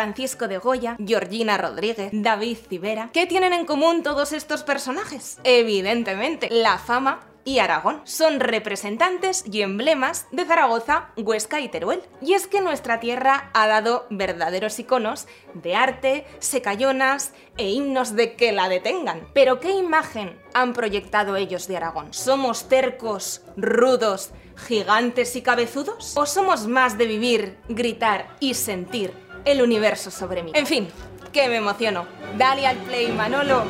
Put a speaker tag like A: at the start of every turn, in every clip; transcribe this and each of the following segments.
A: Francisco de Goya, Georgina Rodríguez, David Civera. ¿Qué tienen en común todos estos personajes? Evidentemente, la fama y Aragón. Son representantes y emblemas de Zaragoza, Huesca y Teruel. Y es que nuestra tierra ha dado verdaderos iconos de arte, secallonas e himnos de que la detengan. Pero ¿qué imagen han proyectado ellos de Aragón? ¿Somos tercos, rudos, gigantes y cabezudos? ¿O somos más de vivir, gritar y sentir el universo sobre mí? En fin, que me emociono. Dale al play, Manolo.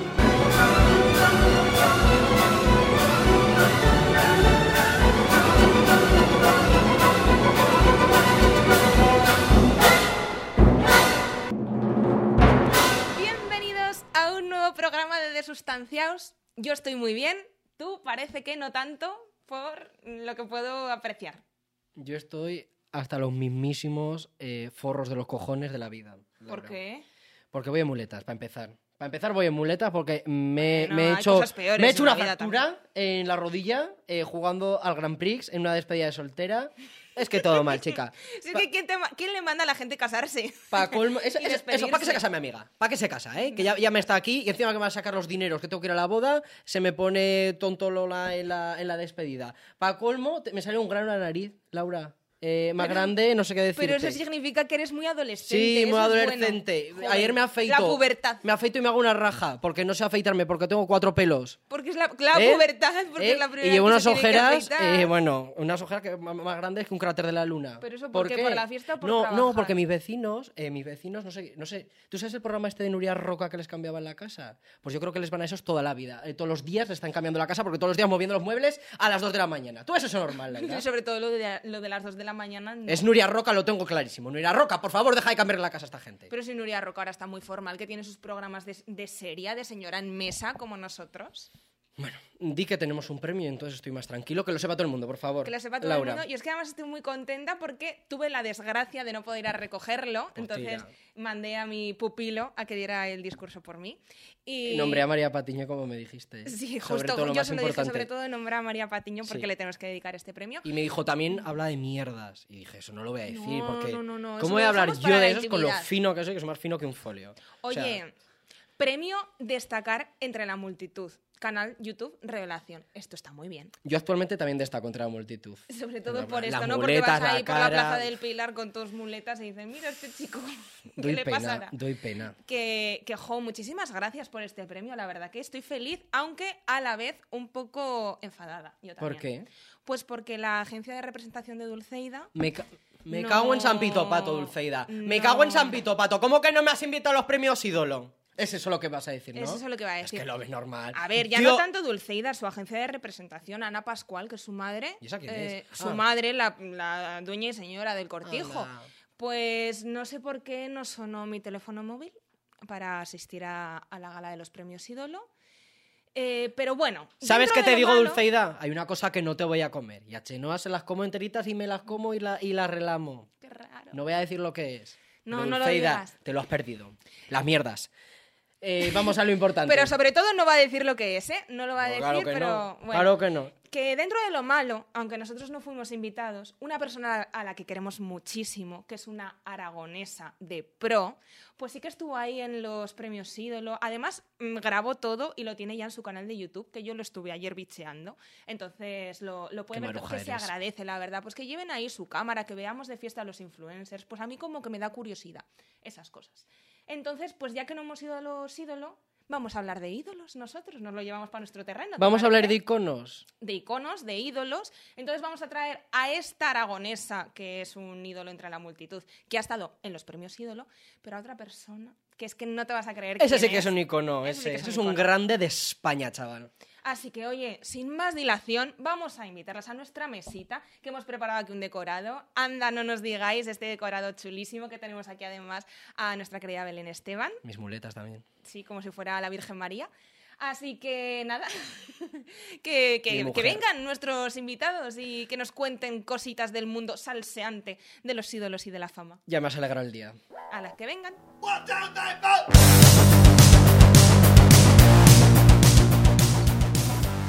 A: Bienvenidos a un nuevo programa de Desustanciaos. Yo estoy muy bien, tú parece que no tanto por lo que puedo apreciar.
B: Yo estoy hasta los mismísimos eh, forros de los cojones de la vida.
A: ¿Por
B: Laura.
A: qué?
B: Porque voy en muletas, para empezar. Para empezar voy en muletas porque me,
A: Bueno,
B: me he
A: hay
B: hecho,
A: cosas peores
B: me he hecho
A: en la
B: una
A: vida
B: fractura en la rodilla eh, jugando al Grand Prix en una despedida de soltera. Es que todo mal, chica.
A: Si es que ¿quién, te ma- quién le manda a la gente casarse?
B: Para colmo... Eso,
A: Y
B: eso- eso,
A: despedirse.
B: ¿para qué se casa mi amiga? ¿Para qué se casa, eh? Que ya, ya me está aquí y encima que me va a sacar los dineros que tengo que ir a la boda, se me pone tonto Lola en la, en la despedida. Para colmo, te- me sale un grano en la nariz, Laura. Eh, más grande, no sé qué decir.
A: Pero eso significa que eres muy adolescente.
B: Sí,
A: eso
B: muy
A: es bueno.
B: adolescente.
A: Joder,
B: Ayer me afeito.
A: La pubertad.
B: Me afeito y me hago una raja, porque no sé afeitarme, porque tengo cuatro pelos.
A: Porque es la, la
B: ¿Eh?
A: pubertad, porque
B: ¿Eh?
A: es la primera
B: y llevo
A: vez que
B: unas
A: se tiene que
B: ojeras,
A: afeitar.
B: eh, bueno, unas ojeras que ma- más grandes que un cráter de la luna.
A: ¿Pero eso por qué? ¿Por la fiesta o por
B: no,
A: trabajar?
B: no, porque mis vecinos, eh, mis vecinos, no sé, no sé. ¿Tú sabes el programa este de Nuria Roca que les cambiaba en la casa? Pues yo creo que les van a esos toda la vida. Eh, todos los días les están cambiando la casa porque todos los días moviendo los muebles a las 2 de la mañana. Tú eso es normal, Laura.
A: Y sobre todo lo de, lo de las 2 de la mañana. no.
B: Es Nuria Roca, lo tengo clarísimo. Nuria Roca, por favor, deja de cambiar la casa a esta gente.
A: Pero si Nuria Roca ahora está muy formal, que tiene sus programas de, de seria, de señora en mesa, como nosotros.
B: Bueno, di que tenemos un premio, entonces estoy más tranquilo. Que lo sepa todo el mundo, por favor.
A: Que la sepa todo
B: Laura.
A: el mundo. Y es que además estoy muy contenta porque tuve la desgracia de no poder ir a recogerlo. entonces
B: tira.
A: mandé a mi pupilo a que diera el discurso por mí. Y...
B: Nombré a María Patiño, como me dijiste.
A: Sí,
B: Sobre
A: justo.
B: todo lo
A: yo
B: más
A: se lo dije
B: importante.
A: sobre todo de nombrar a María Patiño porque
B: Sí.
A: le tenemos que dedicar este premio.
B: Y me dijo, también habla de mierdas. Y dije, eso no lo voy a decir,
A: No,
B: porque.
A: no, no, no, eso
B: ¿Cómo
A: lo
B: voy a hablar
A: dejamos
B: yo
A: para la
B: de eso con lo
A: intimidad.
B: fino que soy, que soy más fino que un folio? O sea,
A: Oye, premio destacar entre la multitud. Canal YouTube Revelación. Esto está muy bien.
B: yo actualmente también destaco contra la multitud.
A: Sobre todo
B: La-
A: por
B: la
A: esto, ¿no? Porque
B: muleta,
A: vas
B: la
A: ahí por la
B: cara.
A: plaza del Pilar con tus muletas y dices, mira este chico, ¿qué
B: Doy
A: le
B: pena,
A: pasará?
B: doy pena.
A: Que, que, jo, muchísimas gracias por este premio, la verdad que estoy feliz, aunque a la vez un poco enfadada. Yo
B: ¿Por
A: también.
B: qué?
A: Pues porque la agencia de representación de Dulceida
B: Me, ca- me
A: No,
B: cago en San Pito Pato, Dulceida. Me
A: no.
B: cago en San Pito Pato. ¿Cómo que no me has invitado a los premios ídolo? Es eso lo que vas a decir, ¿no?
A: Es eso lo que va a decir.
B: Es que lo ves normal.
A: A ver, ya
B: Tío,
A: no tanto Dulceida, su agencia de representación, Ana Pascual, que es su madre. Eh,
B: ¿Y esa quién es?
A: Su
B: Ah.
A: madre, la, la dueña y señora del cortijo.
B: Anda.
A: Pues no sé por qué no sonó mi teléfono móvil para asistir a, a la gala de los premios ídolo. Eh, pero bueno.
B: ¿Sabes
A: dentro
B: qué
A: de
B: te
A: lo
B: digo,
A: malo-
B: Dulceida? Hay una cosa que no te voy a comer. Y a Chenoa se las como enteritas y me las como y la- y las relamo.
A: Qué raro.
B: No voy a decir lo que es.
A: No,
B: Pero,
A: no lo
B: Dulceida,
A: digas.
B: Te lo has perdido. Las mierdas. Eh, vamos a lo importante.
A: Pero sobre todo no va a decir lo que es, ¿eh? No lo va a
B: No,
A: decir,
B: claro que
A: pero
B: no.
A: bueno.
B: Claro que no.
A: Que dentro de lo malo, aunque nosotros no fuimos invitados, una persona a la que queremos muchísimo, que es una aragonesa de pro, pues sí que estuvo ahí en los premios ídolo. Además, mm, grabó todo y lo tiene ya en su canal de YouTube, que yo lo estuve ayer bicheando. Entonces, lo, lo puede
B: Qué
A: ver,
B: maruja
A: que se
B: eres.
A: agradece, la verdad. Pues que lleven ahí su cámara, que veamos de fiesta a los influencers. Pues a mí como que me da curiosidad esas cosas. Entonces, pues ya que no hemos ido a los ídolo, vamos a hablar de ídolos nosotros, nos lo llevamos para nuestro terreno. ¿te
B: Vamos a hablar de
A: parece?
B: iconos.
A: de iconos, de ídolos. Entonces vamos a traer a esta aragonesa, que es un ídolo entre la multitud, que ha estado en los premios ídolo, pero a otra persona, que es que no te vas a creer
B: Ese
A: quién
B: sí que es un icono.
A: Ese sí
B: Ese,
A: que es un
B: ese es un
A: icono.
B: grande de España, chaval.
A: Así que, oye, sin más dilación, vamos a invitarlas a nuestra mesita, que hemos preparado aquí un decorado. Anda, no nos digáis este decorado chulísimo que tenemos aquí además a nuestra querida Belén Esteban.
B: Mis muletas también.
A: sí, como si fuera la Virgen María. Así que nada, que, que-
B: Mi
A: que
B: mujer.
A: vengan nuestros invitados y que nos cuenten cositas del mundo salseante de los ídolos y de la fama.
B: Ya me has alegrado el día.
A: A las que vengan.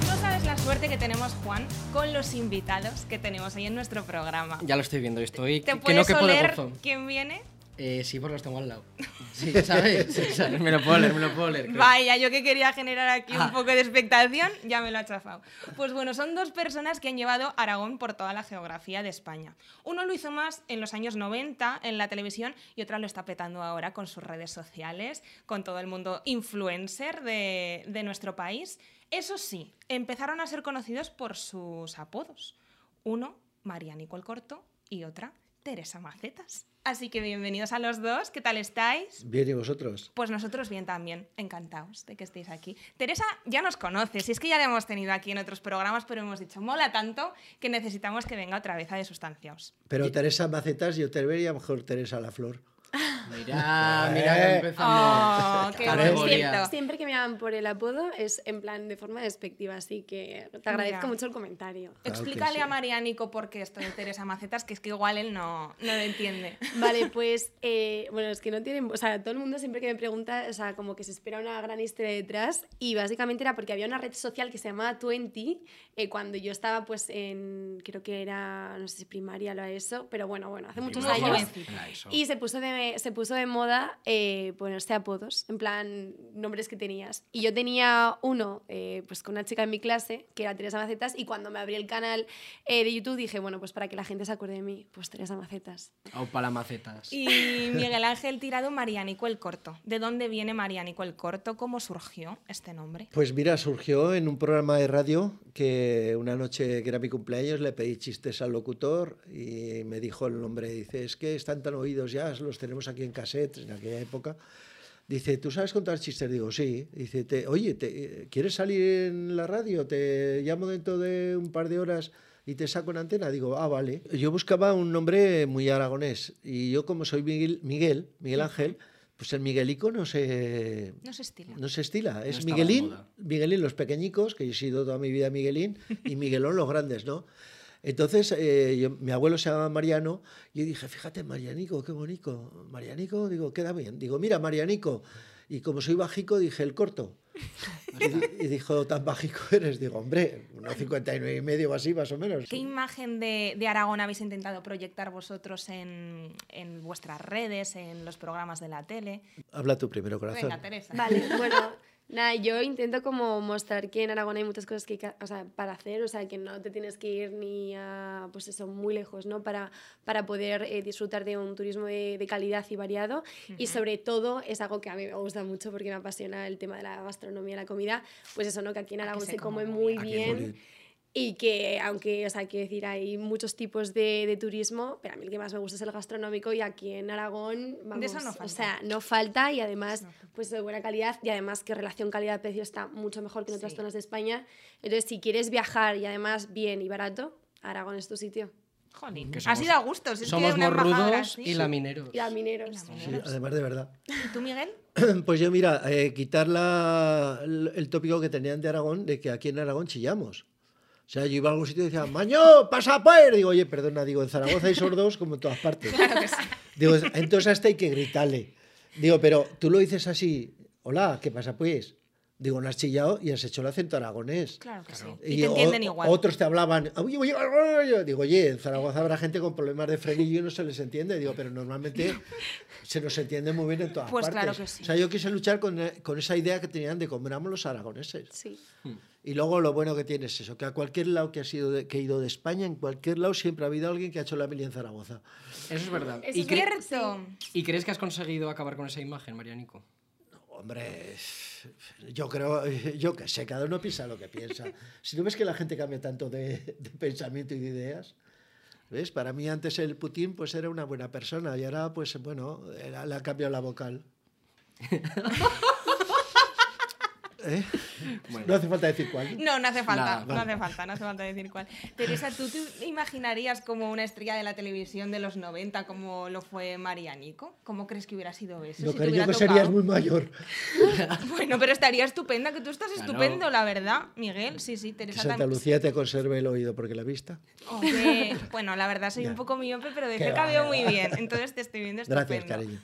A: No sabes la suerte que tenemos, Juan, con los invitados que tenemos hoy en nuestro programa.
B: Ya lo estoy viendo. Estoy
A: ¿Te
B: que no
A: puedes
B: quepo de
A: oler
B: gozo.
A: quién viene?
B: Eh, sí, porque los tengo al lado. Sí, ¿sabes? Sí, ¿sabes?
C: Me lo puedo leer, me lo puedo leer. creo.
A: Vaya, yo que quería generar aquí
B: Ah.
A: un poco de expectación, ya me lo ha chafado. Pues bueno, son dos personas que han llevado Aragón por toda la geografía de España. Uno lo hizo más en los años 90 en la televisión y otra lo está petando ahora con sus redes sociales, con todo el mundo influencer de, de nuestro país. Eso sí, empezaron a ser conocidos por sus apodos. Uno, María Nicole Corto, y otra, Teresa Macetas. Así que bienvenidos a los dos, ¿qué tal estáis?
D: Bien, ¿y vosotros?
A: Pues nosotros bien también, encantados de que estéis aquí. Teresa ya nos conoce, si es que ya la hemos tenido aquí en otros programas, pero hemos dicho, mola tanto que necesitamos que venga otra vez a De Sustanciaos.
D: Pero Teresa Macetas, yo te vería mejor Teresa La Flor.
B: Mira,
D: Eh.
B: mira, que empezamos.
A: ¡Oh, qué
B: Categoría.
A: buen cierto!
E: Siempre que me llaman por el apodo es en plan de forma despectiva, así que te agradezco
A: Mira.
E: mucho el comentario.
D: Claro que
A: Explícale a
D: sí.
A: Marianico por qué esto de Teresa Macetas, que es que igual él no, no lo entiende.
E: Vale, pues, eh, bueno, es que no tienen, o sea, todo el mundo siempre que me pregunta, o sea, como que se espera una gran historia detrás y básicamente era porque había una red social que se llamaba Twenty eh, cuando yo estaba pues en, creo que era, no sé si primaria o la ESO, pero bueno, bueno, hace muchos
A: Muy
E: años.
A: jovencito.
C: La hizo.
E: Y se puso de, se puso de moda eh, ponerse apodos, en plan, nombres que tenías. Y yo tenía uno, eh, pues con una chica en mi clase, que era Teresa Macetas, y cuando me abrí el canal eh, de YouTube dije, bueno, pues para que la gente se acuerde de mí, pues Teresa Macetas.
B: O para macetas.
A: Y Miguel Ángel Tirado, Marianico el Corto. ¿De dónde viene Marianico el Corto? ¿Cómo surgió este nombre?
D: Pues mira, surgió en un programa de radio que una noche que era mi cumpleaños le pedí chistes al locutor y me dijo el nombre. Dice, es que están tan oídos ya, los tenemos aquí en cassette en aquella época. Dice, ¿tú sabes contar chistes? Digo, sí. Dice, te, oye, te, ¿quieres salir en la radio? Te llamo dentro de un par de horas y te saco en antena. Digo, ah, vale. Yo buscaba un nombre muy aragonés y yo como soy Miguel, Miguel, Miguel Ángel, pues el Miguelico no sé...
A: No se estila.
D: No se estila. Es
B: estaba de
D: Miguelín,
B: moda.
D: Miguelín los pequeñicos, que yo he sido toda mi vida Miguelín, y Miguelón los grandes, ¿no? Entonces, eh, yo- mi abuelo se llamaba Mariano, y yo dije, fíjate, Marianico, qué bonito. Marianico, digo, queda bien. Digo, mira, Marianico. Y como soy bajico, dije, el corto. Y, di- y dijo, tan bajico eres. Digo, hombre, unos 59 y medio o así, más o menos.
A: ¿Qué imagen de, de Aragón habéis intentado proyectar vosotros en, en vuestras redes, en los programas de la tele?
D: Habla tú primero, corazón.
A: Venga, Teresa.
E: Vale, bueno, nada, yo intento como mostrar que en Aragón hay muchas cosas que, ca- o sea, para hacer, o sea, que no te tienes que ir ni a, pues eso, muy lejos, ¿no? Para, para poder eh, disfrutar de un turismo de, de calidad y variado. Y sobre todo es algo que a mí me gusta mucho porque me apasiona el tema de la gastronomía, la comida, pues eso, ¿no? Que aquí en
A: Aquí
E: Aragón
A: se
E: se come
A: come
E: muy
D: Aquí en
E: bien.
D: Madrid.
E: Y que, aunque, o sea, quiero decir, hay muchos tipos de, de turismo, pero a mí el que más me gusta es el gastronómico y aquí en Aragón, vamos,
A: eso no falta.
E: o sea, no falta y además,
A: No falta.
E: pues de buena calidad y además que relación calidad-precio está mucho mejor que en otras
A: Sí.
E: zonas de España. Entonces, si quieres viajar y además bien y barato, Aragón es tu sitio.
A: Jolín,
B: Que
A: así
B: somos-
A: da gusto. Si es que
B: Somos
A: una embajadora
B: morrudos
A: así.
B: y lamineros.
E: Y a
A: Y la
E: mineros.
D: Sí,
A: mineros.
D: además, de verdad.
A: ¿Y tú, Miguel?
D: Pues yo, mira, eh, quitar la- el, el tópico que tenían de Aragón, de que aquí en Aragón chillamos. O sea, yo iba a algún sitio y decía, ¡Maño, pasa pues! Digo, oye, perdona, digo, en Zaragoza hay sordos como en todas partes. Digo, entonces hasta hay que gritarle. Digo, pero tú lo dices así, hola, ¿qué pasa pues? Digo, no has chillado y has hecho el acento aragonés.
A: Claro que sí. Y, te
D: o-
A: entienden
D: o-
A: igual.
D: Otros te hablaban. "Oye, oye, oye, oye". Digo, oye, en Zaragoza habrá gente con problemas de frenillo y no se les entiende. Digo, pero normalmente se nos entiende muy bien en todas
A: Pues
D: partes.
A: claro que sí.
D: O sea, yo quise luchar con, eh, con esa idea que tenían de comeramos los aragoneses.
E: Sí.
D: Y luego lo bueno que tiene es eso, que a cualquier lado que, ha sido de- que he ido de España, en cualquier lado siempre ha habido alguien que ha hecho la mili en Zaragoza.
B: Eso es verdad.
E: Eso
B: ¿Y,
A: Es
E: es
B: cre-
E: verdad.
A: cierto.
B: y crees que has conseguido acabar con esa imagen, Marianico?
D: Hombre, yo creo, yo que sé, cada uno piensa lo que piensa. Si no ves que la gente cambia tanto de, de pensamiento y de ideas, ¿ves? Para mí antes el Putin pues era una buena persona y ahora pues bueno, era- le ha cambiado la vocal. ¿Eh?
B: Bueno.
D: No hace falta decir cuál.
A: No, no hace falta,
B: Nada,
A: no hace falta, no hace falta decir cuál. Teresa, ¿tú te imaginarías como una estrella de la televisión de los 90 como lo fue Marianico? ¿Cómo crees que hubiera sido eso?
D: No,
A: si te
D: cariño,
A: hubiera
D: que serías
A: tocado?
D: muy mayor.
A: Bueno, pero estaría estupenda, que tú estás
B: Claro.
A: estupendo, la verdad, Miguel. Sí, sí,
D: Que
A: Teresa
D: Santa
A: también.
D: Lucía te conserve el oído porque la vista.
A: Hombre, bueno, la verdad soy
D: Ya.
A: un poco miope, pero de
D: Qué
A: cerca
D: va,
A: veo
D: qué
A: muy
D: va.
A: bien. Entonces te estoy viendo estupendo.
D: Gracias, cariño.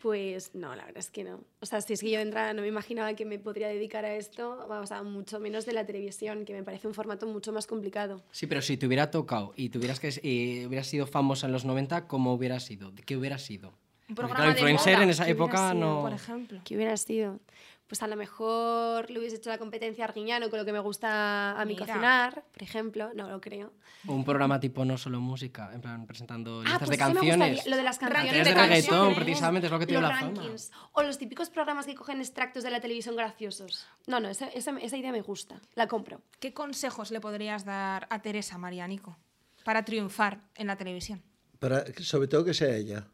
E: Pues no, la verdad es que no. O sea, si es que yo de entrada no me imaginaba que me podría dedicar a esto, vamos, a mucho menos de la televisión, que me parece un formato mucho más complicado.
B: Sí, pero si te hubiera tocado y tuvieras que y hubieras sido famosa en los 90, ¿cómo hubiera sido? ¿Qué hubiera sido?
A: Un
B: Claro,
A: programa de
B: influencer
A: moda,
B: en esa
A: que hubiera
B: época
A: sido,
B: no-
A: Por ejemplo.
E: ¿Qué hubiera sido? Pues a lo mejor le hubiese hecho la competencia a Arguiñano con lo que me gusta a mí
A: Mira.
E: cocinar, por ejemplo. No lo creo.
B: Un programa tipo no solo música, en plan presentando listas de
E: Ah, pues eso me
B: canciones.
E: gustaría, Lo de las
A: Rankings
E: canciones.
A: de
B: de
A: canciones.
B: reggaetón, precisamente, es lo que tiene
E: Los
B: la fama.
E: rankings. O los típicos programas que cogen extractos de la televisión graciosos. No, no, esa, esa- esa idea me gusta. La compro.
A: ¿Qué consejos le podrías dar a Teresa Marianico para triunfar en la televisión?
D: Para, sobre todo que sea ella.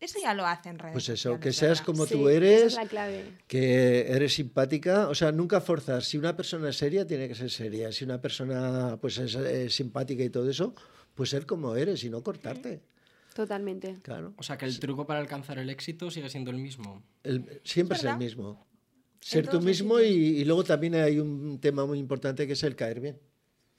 A: Eso Eh, ya lo hace en redes
D: Pues eso,
A: sociales,
D: que seas
A: ¿verdad?
D: como
E: Sí,
D: tú
E: Esa
D: eres,
E: es la clave.
D: que eres simpática, o sea, nunca forzar. Si una persona es seria, tiene que ser seria. Si una persona pues es eh, simpática y todo eso, pues ser como eres y no cortarte.
E: Totalmente.
D: Claro.
B: O sea, que el truco para alcanzar el éxito sigue siendo el mismo.
D: El- siempre
A: Es
D: es el
A: verdad.
D: mismo. Ser tú
A: todos los
D: mismo y, y luego también hay un tema muy importante que es el caer bien.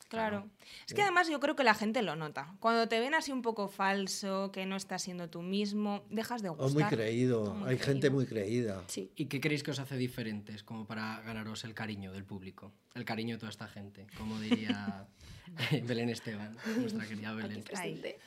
A: Claro. Es que además yo creo que la gente lo nota. Cuando te ven así un poco falso, que no estás siendo tú mismo, dejas de gustar.
D: O muy creído.
A: Muy
D: hay gente
A: creído.
D: muy creída.
E: Sí.
B: ¿Y qué creéis que os hace diferentes como para ganaros el cariño del público? El cariño de toda esta gente, como diría Belén Esteban, nuestra querida Belén.
E: presente.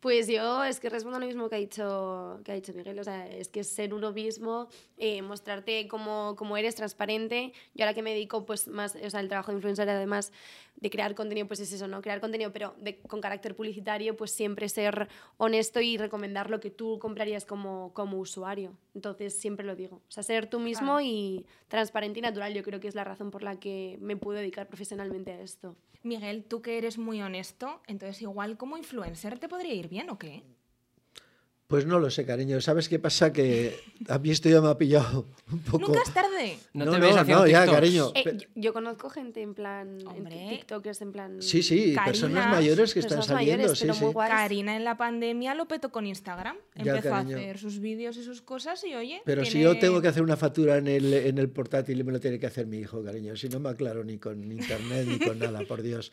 E: Pues yo es que respondo lo mismo que ha dicho, que ha dicho Miguel, o sea, es que ser uno mismo, eh, mostrarte como, como eres transparente. Yo ahora que me dedico pues más, o sea, el trabajo de influencer además de crear contenido, pues es eso, ¿no? Crear contenido, pero de- con carácter publicitario, pues siempre ser honesto y recomendar lo que tú comprarías como, como usuario. Entonces siempre lo digo, o sea, ser tú mismo
A: Claro.
E: y transparente y natural, yo creo que es la razón por la que me pude dedicar profesionalmente a esto.
A: Miguel, tú que eres muy honesto, entonces igual como influencer te podría ir bien o qué?
D: Pues no lo sé, cariño. ¿Sabes qué pasa? Que a mí esto ya me ha pillado un poco.
A: Nunca es tarde.
B: No,
D: No,
B: te
D: no,
B: ves haciendo
D: no, ya,
B: TikToks.
D: cariño.
E: Eh,
D: Pe-
E: yo, yo conozco gente en plan en
A: Hombre.
E: TikTokers en plan
D: Sí, sí,
A: Karina,
D: personas mayores que están
E: personas
D: saliendo.
E: mayores,
D: sí,
E: pero
D: sí.
E: muy guays.
A: Karina en la pandemia lo petó con Instagram.
D: Ya,
A: Empezó
D: cariño.
A: a hacer sus vídeos y sus cosas y oye.
D: Pero si
A: tiene-
D: yo tengo que hacer una factura en el, en el portátil y me lo tiene que hacer mi hijo, cariño. Si no me aclaro ni con internet ni con nada, por Dios.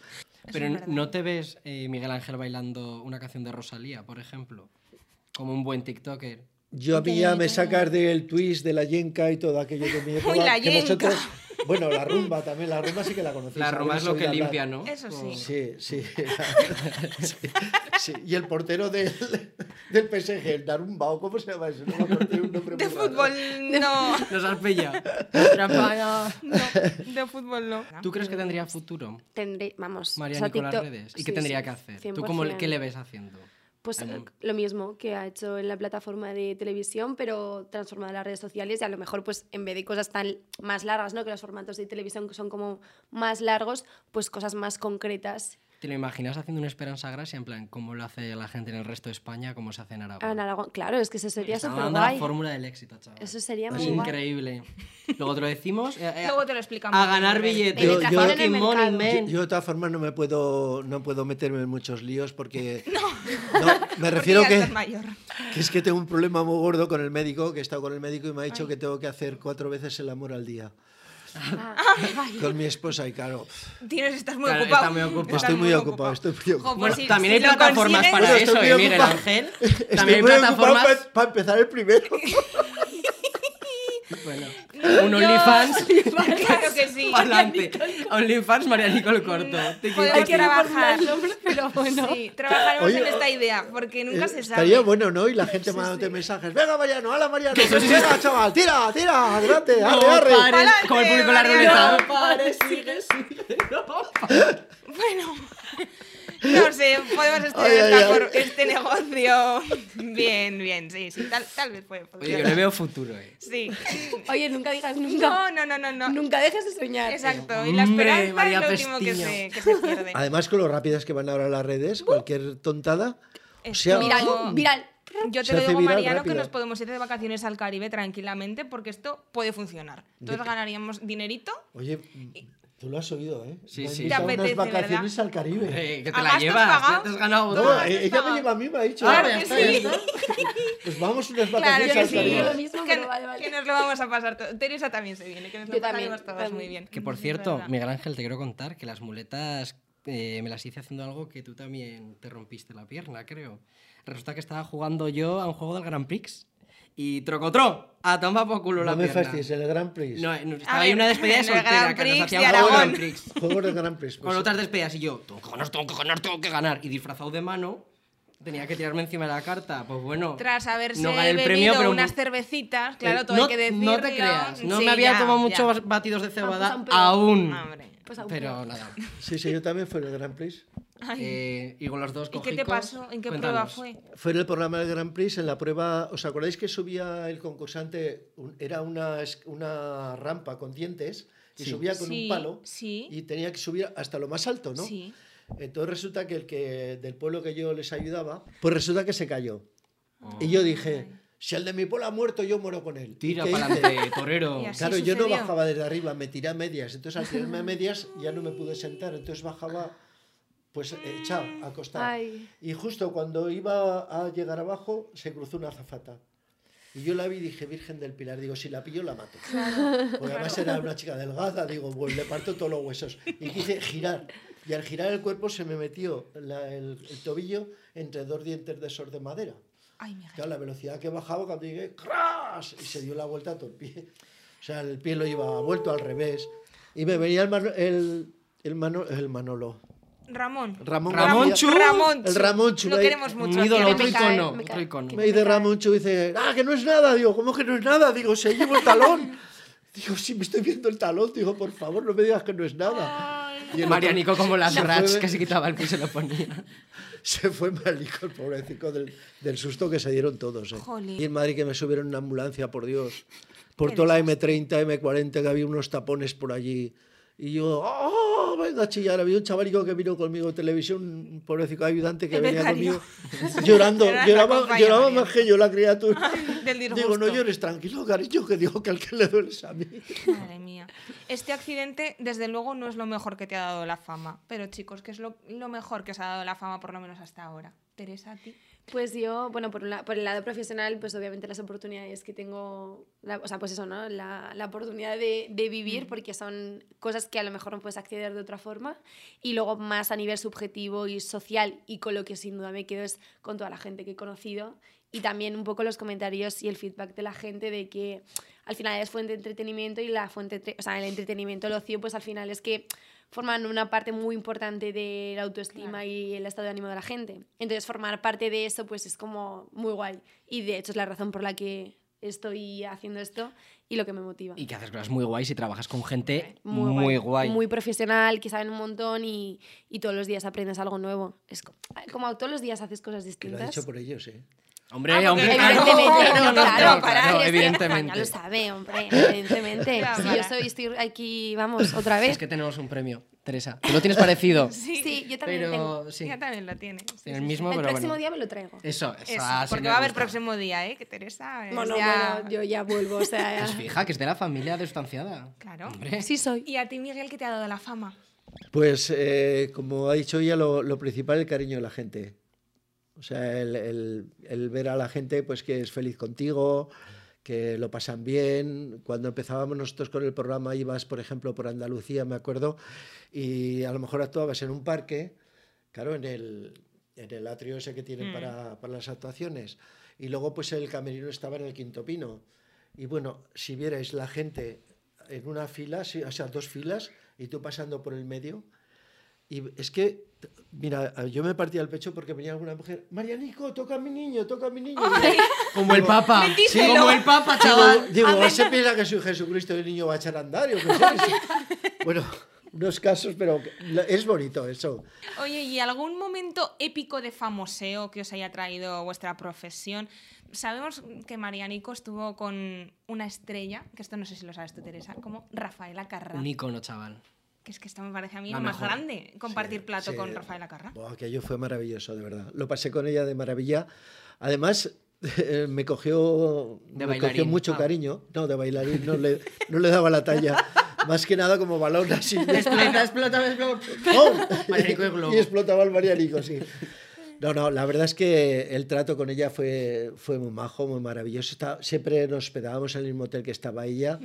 B: Pero
A: es
B: n-
A: verdad.
B: no te ves eh, Miguel Ángel bailando una canción de Rosalía, por ejemplo, como un buen TikToker.
D: Yo a mí ya me sacas del twist, de la yenca y todo aquello que me
A: Uy, la yenka.
D: Bueno, la rumba también, la rumba sí que la conocéis.
B: La Roma
D: Ahora
B: es lo
D: soy
B: que
D: la- la-
B: limpia, ¿no?
A: Eso sí.
D: Sí, sí. Sí, sí. Y el portero del, del PSG, el Darumbao, ¿cómo se llama eso? No me acuerdo, tiene un nombre
A: De
D: muy raro.
A: fútbol no.
B: Nos has pillado.
A: no. De fútbol no.
B: ¿Tú crees que tendría futuro
E: Tendré, vamos,
B: María
E: o sea,
B: Nicolás
E: TikTok-
B: Redes? ¿Y
E: sí,
B: qué tendría
E: sí,
B: que hacer? ¿Tú cómo,
E: 100%.
B: le- Mm. qué le ves haciendo?
E: Pues
B: Al
E: eh,
B: mundo.
E: lo mismo que ha hecho en la plataforma de televisión, pero transformada en las redes sociales y a lo mejor pues en vez de cosas tan más largas, ¿no? Que los formatos de televisión que son como más largos, pues cosas más concretas.
B: ¿Te lo imaginas haciendo una esperanza gracia en plan cómo lo hace la gente en el resto de España, cómo se hace en Aragón?
E: Ana Aragón, claro, es que eso sería
B: Estamos
E: súper
B: dando la
E: guay.
B: fórmula del éxito, chaval.
E: Eso sería
B: Es
E: muy guay.
B: increíble. Luego te lo decimos. eh, eh,
A: Luego te lo explicamos.
B: a ganar
A: Miguel.
B: billetes.
D: Yo- yo-
B: Fucking
E: en el
B: money,
E: mercado.
D: Yo,
B: man.
D: yo de todas formas no me puedo no puedo meterme en muchos líos porque no, me refiero
A: Porque ya
D: que,
A: estás mayor.
D: que es que tengo un problema muy gordo con el médico, que he estado con el médico y me ha dicho que tengo que hacer cuatro veces el amor al día
A: Ah.
D: con mi esposa y claro,
A: Tienes, estás muy
B: Claro,
A: ocupado.
B: está muy ocupado.
A: Estás
D: estoy muy ocupado, estoy muy
A: Jo,
D: ocupado.
B: Bueno,
A: si-
B: también
A: Pues si
B: hay
A: lo
B: plataformas
A: consigues-
B: para
D: Bueno,
B: eso,
D: estoy
B: eh, Miguel
D: ocupado.
B: Ángel.
D: Estoy
B: También hay
D: muy ocupado
B: plataformas.
D: para empezar el primero.
B: Bueno,
A: Yo-
B: un OnlyFans.
A: Claro que sí.
B: Pa'lante. OnlyFans María Nicole Corto. Tiki,
A: Podemos
B: tiki.
A: trabajar.
E: Pero bueno,
A: Sí, trabajaremos
D: Oye,
A: en esta idea, porque nunca
D: Eh,
A: se sabe.
D: Estaría bueno, ¿no? Y la gente mandándote mensajes. Venga, Mariano, hala, Mariano. pues venga, chaval, tira, tira, adelante,
B: No
D: arre, arre.
B: pares,
A: Pa'lante,
B: Como el público en la
A: Mariano.
B: ruleta.
A: No
B: pares, sigue, sigue. No
A: Bueno, no sé, podemos estudiar
D: Ay, ay,
A: esta
D: ay.
A: for- este negocio. Bien, bien, sí, sí, tal, tal vez puede. podría
B: Oye, yo
A: ser.
B: le veo futuro, eh.
A: Sí.
E: oye, nunca digas nunca.
A: No, no, no, no, no.
E: Nunca dejes de soñar.
A: Exacto, y la
B: Hombre,
A: esperanza
B: María
A: es lo último que
B: Pestiño.
A: se, que se pierde.
D: Además, con lo rápidas que van ahora las redes, cualquier tontada. O sea,
A: Esto-
E: Viral, viral.
A: Yo te
D: Se
A: lo
D: hace
A: digo,
D: viral
A: Mariano,
D: rápido.
A: que nos podemos ir de vacaciones al Caribe tranquilamente porque esto puede funcionar. Entonces ganaríamos dinerito.
B: Ah,
D: Oye, tú lo has oído, ¿eh?
B: Sí,
D: Me ha
B: sí.
D: invitado
A: Te
D: a
A: apetece,
D: unas vacaciones
A: ¿verdad?
D: al Caribe.
B: Eh, que
A: ¿A
B: te la
A: gastos
B: llevas, ya
A: pagados?
B: te has ganado
D: No,
B: otra.
D: eh, ella me lleva a mí, me ha dicho.
A: Claro
D: "Ah, ya
A: que
D: está, ya
A: sí.
D: está". Pues vamos unas
A: Claro
D: vacaciones
A: que
D: al
A: sí.
E: Yo lo
D: Caribe.
E: mismo,
A: que,
E: pero vale, vale.
A: que nos lo vamos a pasar todo. Teresa también se viene, que nos lo
E: Yo también,
A: pasaremos todas
E: también.
A: muy bien.
B: Que por
A: Es
B: cierto,
A: verdad.
B: Miguel Ángel, te quiero contar que las muletas eh, me las hice haciendo algo que tú también te rompiste la pierna, creo. Resulta que estaba jugando yo a un juego del Grand Prix y trocotró, a tomar por culo la
D: No me
B: pierna.
D: fastidies, en el Grand Prix. Ah,
B: No, eh, no, estaba
A: A
B: ahí
A: ver,
B: una despedida de
A: en el
B: soltera
A: Grand
B: que nos
A: Prix
B: hacía
A: de
B: un juego de
A: Aragón.
B: Grand Prix.
D: Juegos de Grand Prix. pues
B: Con otras despedidas y yo, tengo que ganar, tengo que ganar, tengo que ganar. Y disfrazado de mano, tenía que tirarme encima de la carta. Pues bueno.
A: Tras haberse
B: no gané el
A: bebido
B: premio, pero
A: unas
B: mu-
A: cervecitas, claro,
B: eh,
A: todo
B: no,
A: hay que decirlo.
B: No te creas, no
A: Sí,
B: me había
A: ya,
B: tomado
A: ya.
B: muchos batidos de cebada
E: aún peor.
B: aún.
A: Hombre.
E: Pues aún
B: Pero nada.
D: Sí, sí, yo también fui en el Grand Prix.
A: Ay,
B: Eh, y con los dos
A: ¿Y qué te
B: cojicos,
A: pasó? ¿En qué
B: cuéntanos.
A: prueba fue?
D: Fue en el programa del Grand Prix, en la prueba, ¿os acordáis que subía el concursante? un- era una, es- una rampa con dientes y
B: Sí.
D: subía con
A: Sí,
D: un palo
A: sí.
D: y tenía que subir hasta lo más alto, ¿no?
A: Sí.
D: Entonces resulta que el que del pueblo que yo les ayudaba, pues resulta que se cayó. Y yo dije, si el de mi pueblo ha muerto, yo muero con él. ¿Y
B: Tira
D: qué
B: para
D: hice?
B: adelante, torero.
A: Y así.
D: Claro, yo no
A: sucedió.
D: bajaba desde arriba, me tiré a medias. Entonces al tirarme a medias ya no me pude sentar, entonces bajaba pues echado, acostado.
E: Ay.
D: Y justo cuando iba a llegar abajo se cruzó una azafata. Y yo la vi y dije, Virgen del Pilar, digo, si la pillo la mato. Porque además era una chica delgada, digo, pues le parto todos los huesos. Y quise girar. Y al girar el cuerpo se me metió la- el, el tobillo entre dos dientes de esos de madera.
A: Ay, mira.
D: Claro, la velocidad que bajaba, cuando llegué, ¡crash! Y se dio la vuelta a todo el pie. O sea, el pie lo llevaba vuelto al revés. Y me venía el, Mano- el, el, Mano- el Manolo.
A: Ramón.
D: Ramón,
B: Ramón
D: García.
B: Chu.
A: Ramón
D: El Ramón Chu,
A: Lo
D: ahí.
A: queremos mucho.
B: Un ídolo,
A: aquí, me cae.
B: otro icono,
E: me
B: otro
E: cae.
B: icono.
D: Me dice Ramón Chu, dice, ah, que no es nada. Digo, ¿cómo que no es nada? Digo, se llevo el talón. Digo, sí, me estoy viendo el talón. Digo, por favor, no me digas que no es nada. Y el
B: María Nico como las
D: Se
B: rats
D: fue-
B: que se quitaba el pie y se lo ponía.
D: Se fue malico el pobrecito del, del susto que se dieron todos. eh.
A: Jolín.
D: Y en Madrid que me subieron en ambulancia, por Dios. Por toda la M30, M40, que había unos tapones por allí. Y yo, ¡oh! Venga a chillar. Había un chavalico que vino conmigo en televisión, un pobrecito ayudante que
A: El
D: venía
A: becario.
D: conmigo, llorando.
A: Llorando,
D: lloraba
A: acompaña,
D: lloraba
A: María.
D: más que yo, la criatura.
A: Ay, del
D: Digo, no
A: disgusto.
D: llores, tranquilo, cariño, que digo que al que le duele es a mí.
A: Madre mía. Este accidente, desde luego, no es lo mejor que te ha dado la fama. Pero chicos, que es lo, lo mejor que os ha dado la fama, por lo menos hasta ahora. Teresa, a ti.
E: Pues yo, bueno, por, un la- por el lado profesional, pues obviamente las oportunidades que tengo, la- o sea, pues eso, ¿no? La, la oportunidad de, de vivir, porque son cosas que a lo mejor no puedes acceder de otra forma. Y luego más a nivel subjetivo y social, y con lo que sin duda me quedo es con toda la gente que he conocido. Y también un poco los comentarios y el feedback de la gente de que al final es fuente de entretenimiento y la fuente, entre- o sea, el entretenimiento, el ocio, pues al final es que forman una parte muy importante de la autoestima
A: Claro.
E: y el estado de ánimo de la gente. Entonces, formar parte de eso, pues es como muy guay. Y de hecho es la razón por la que estoy haciendo esto y lo que me motiva.
B: Y que haces cosas muy guays y trabajas con gente
E: Muy
B: muy,
E: guay.
B: guay.
E: Muy profesional, que saben un montón y, y todos los días aprendes algo nuevo. Es co- como, todos los días haces cosas
D: Que lo
E: distintas.
D: ha dicho por ellos, ¿eh?
B: Hombre,
A: Ah, porque
B: hombre, claro,
E: Evidentemente,
B: claro,
E: no,
B: no,
E: claro,
A: para
B: claro, claro,
E: es que España
B: evidentemente.
E: lo sabe, hombre, evidentemente.
A: Ya,
E: Si
A: para.
E: yo soy, estoy aquí, vamos, otra vez.
B: Es que tenemos un premio, Teresa. Tú lo tienes parecido,
E: Sí, yo también tengo.
B: pero sí,
A: Ya también lo tiene. Sí, sí,
B: el
A: sí.
B: mismo,
E: El
B: pero
E: próximo
B: bueno.
E: día me lo traigo.
B: Eso, eso,
A: Eso,
B: ah, sí
A: porque
B: me
A: va a haber
B: gusta.
A: próximo día, ¿eh? Que Teresa es
E: Bueno,
A: ya-
E: bueno, yo ya vuelvo, o sea,
B: Pues fija, que es de la familia de sustanciada.
A: Claro.
B: Hombre.
E: sí soy.
A: ¿Y a ti, Miguel, qué te ha dado la fama?
D: Pues, eh, como ha dicho ella, lo, lo principal el cariño de la gente. O sea, el, el- el ver a la gente pues que es feliz contigo, que lo pasan bien. Cuando empezábamos nosotros con el programa, ibas, por ejemplo, por Andalucía, me acuerdo, y a lo mejor actuabas en un parque, claro, en el, en el atrio ese que tienen para, para las actuaciones. Y luego, pues el camerino estaba en el quinto pino. Y bueno, si vierais la gente en una fila, sí, o sea, dos filas, y tú pasando por el medio, y es que, t- mira, yo me partía el pecho porque venía alguna mujer, Marianico, toca a mi niño, toca a mi niño.
B: Como el papa. Sí,
A: Bendícelo.
B: como el papa, chaval.
D: Digo, digo, se piensa que soy Jesucristo y el niño va a echar a andar. yo qué sé. bueno, unos casos, pero es bonito eso.
A: Oye, ¿y algún momento épico de famoseo que os haya traído vuestra profesión? Sabemos que Marianico estuvo con una estrella, que esto no sé si lo sabes tú, Teresa, como Rafaela Carrá.
B: Un ícono, chaval.
A: Que es que esto me parece a mí
B: La
A: lo más
B: mejor.
A: grande, compartir plato
D: sí.
A: con Rafaela Carrá.
D: Buah, aquello fue maravilloso, de verdad. Lo pasé con ella de maravilla. Además, eh, me cogió,
B: De
D: me cogió
B: bailarín,
D: mucho
B: ah.
D: cariño. No, de bailarín, no le, no le daba la talla. Más que nada como balón así. de-
B: Explota, explota, explota.
D: ¡Oh!
B: Marianico de globo.
D: y explotaba el marianico, sí. No, no, la verdad es que el trato con ella fue, fue muy majo, muy maravilloso. Está- siempre nos hospedábamos en el mismo hotel que estaba ella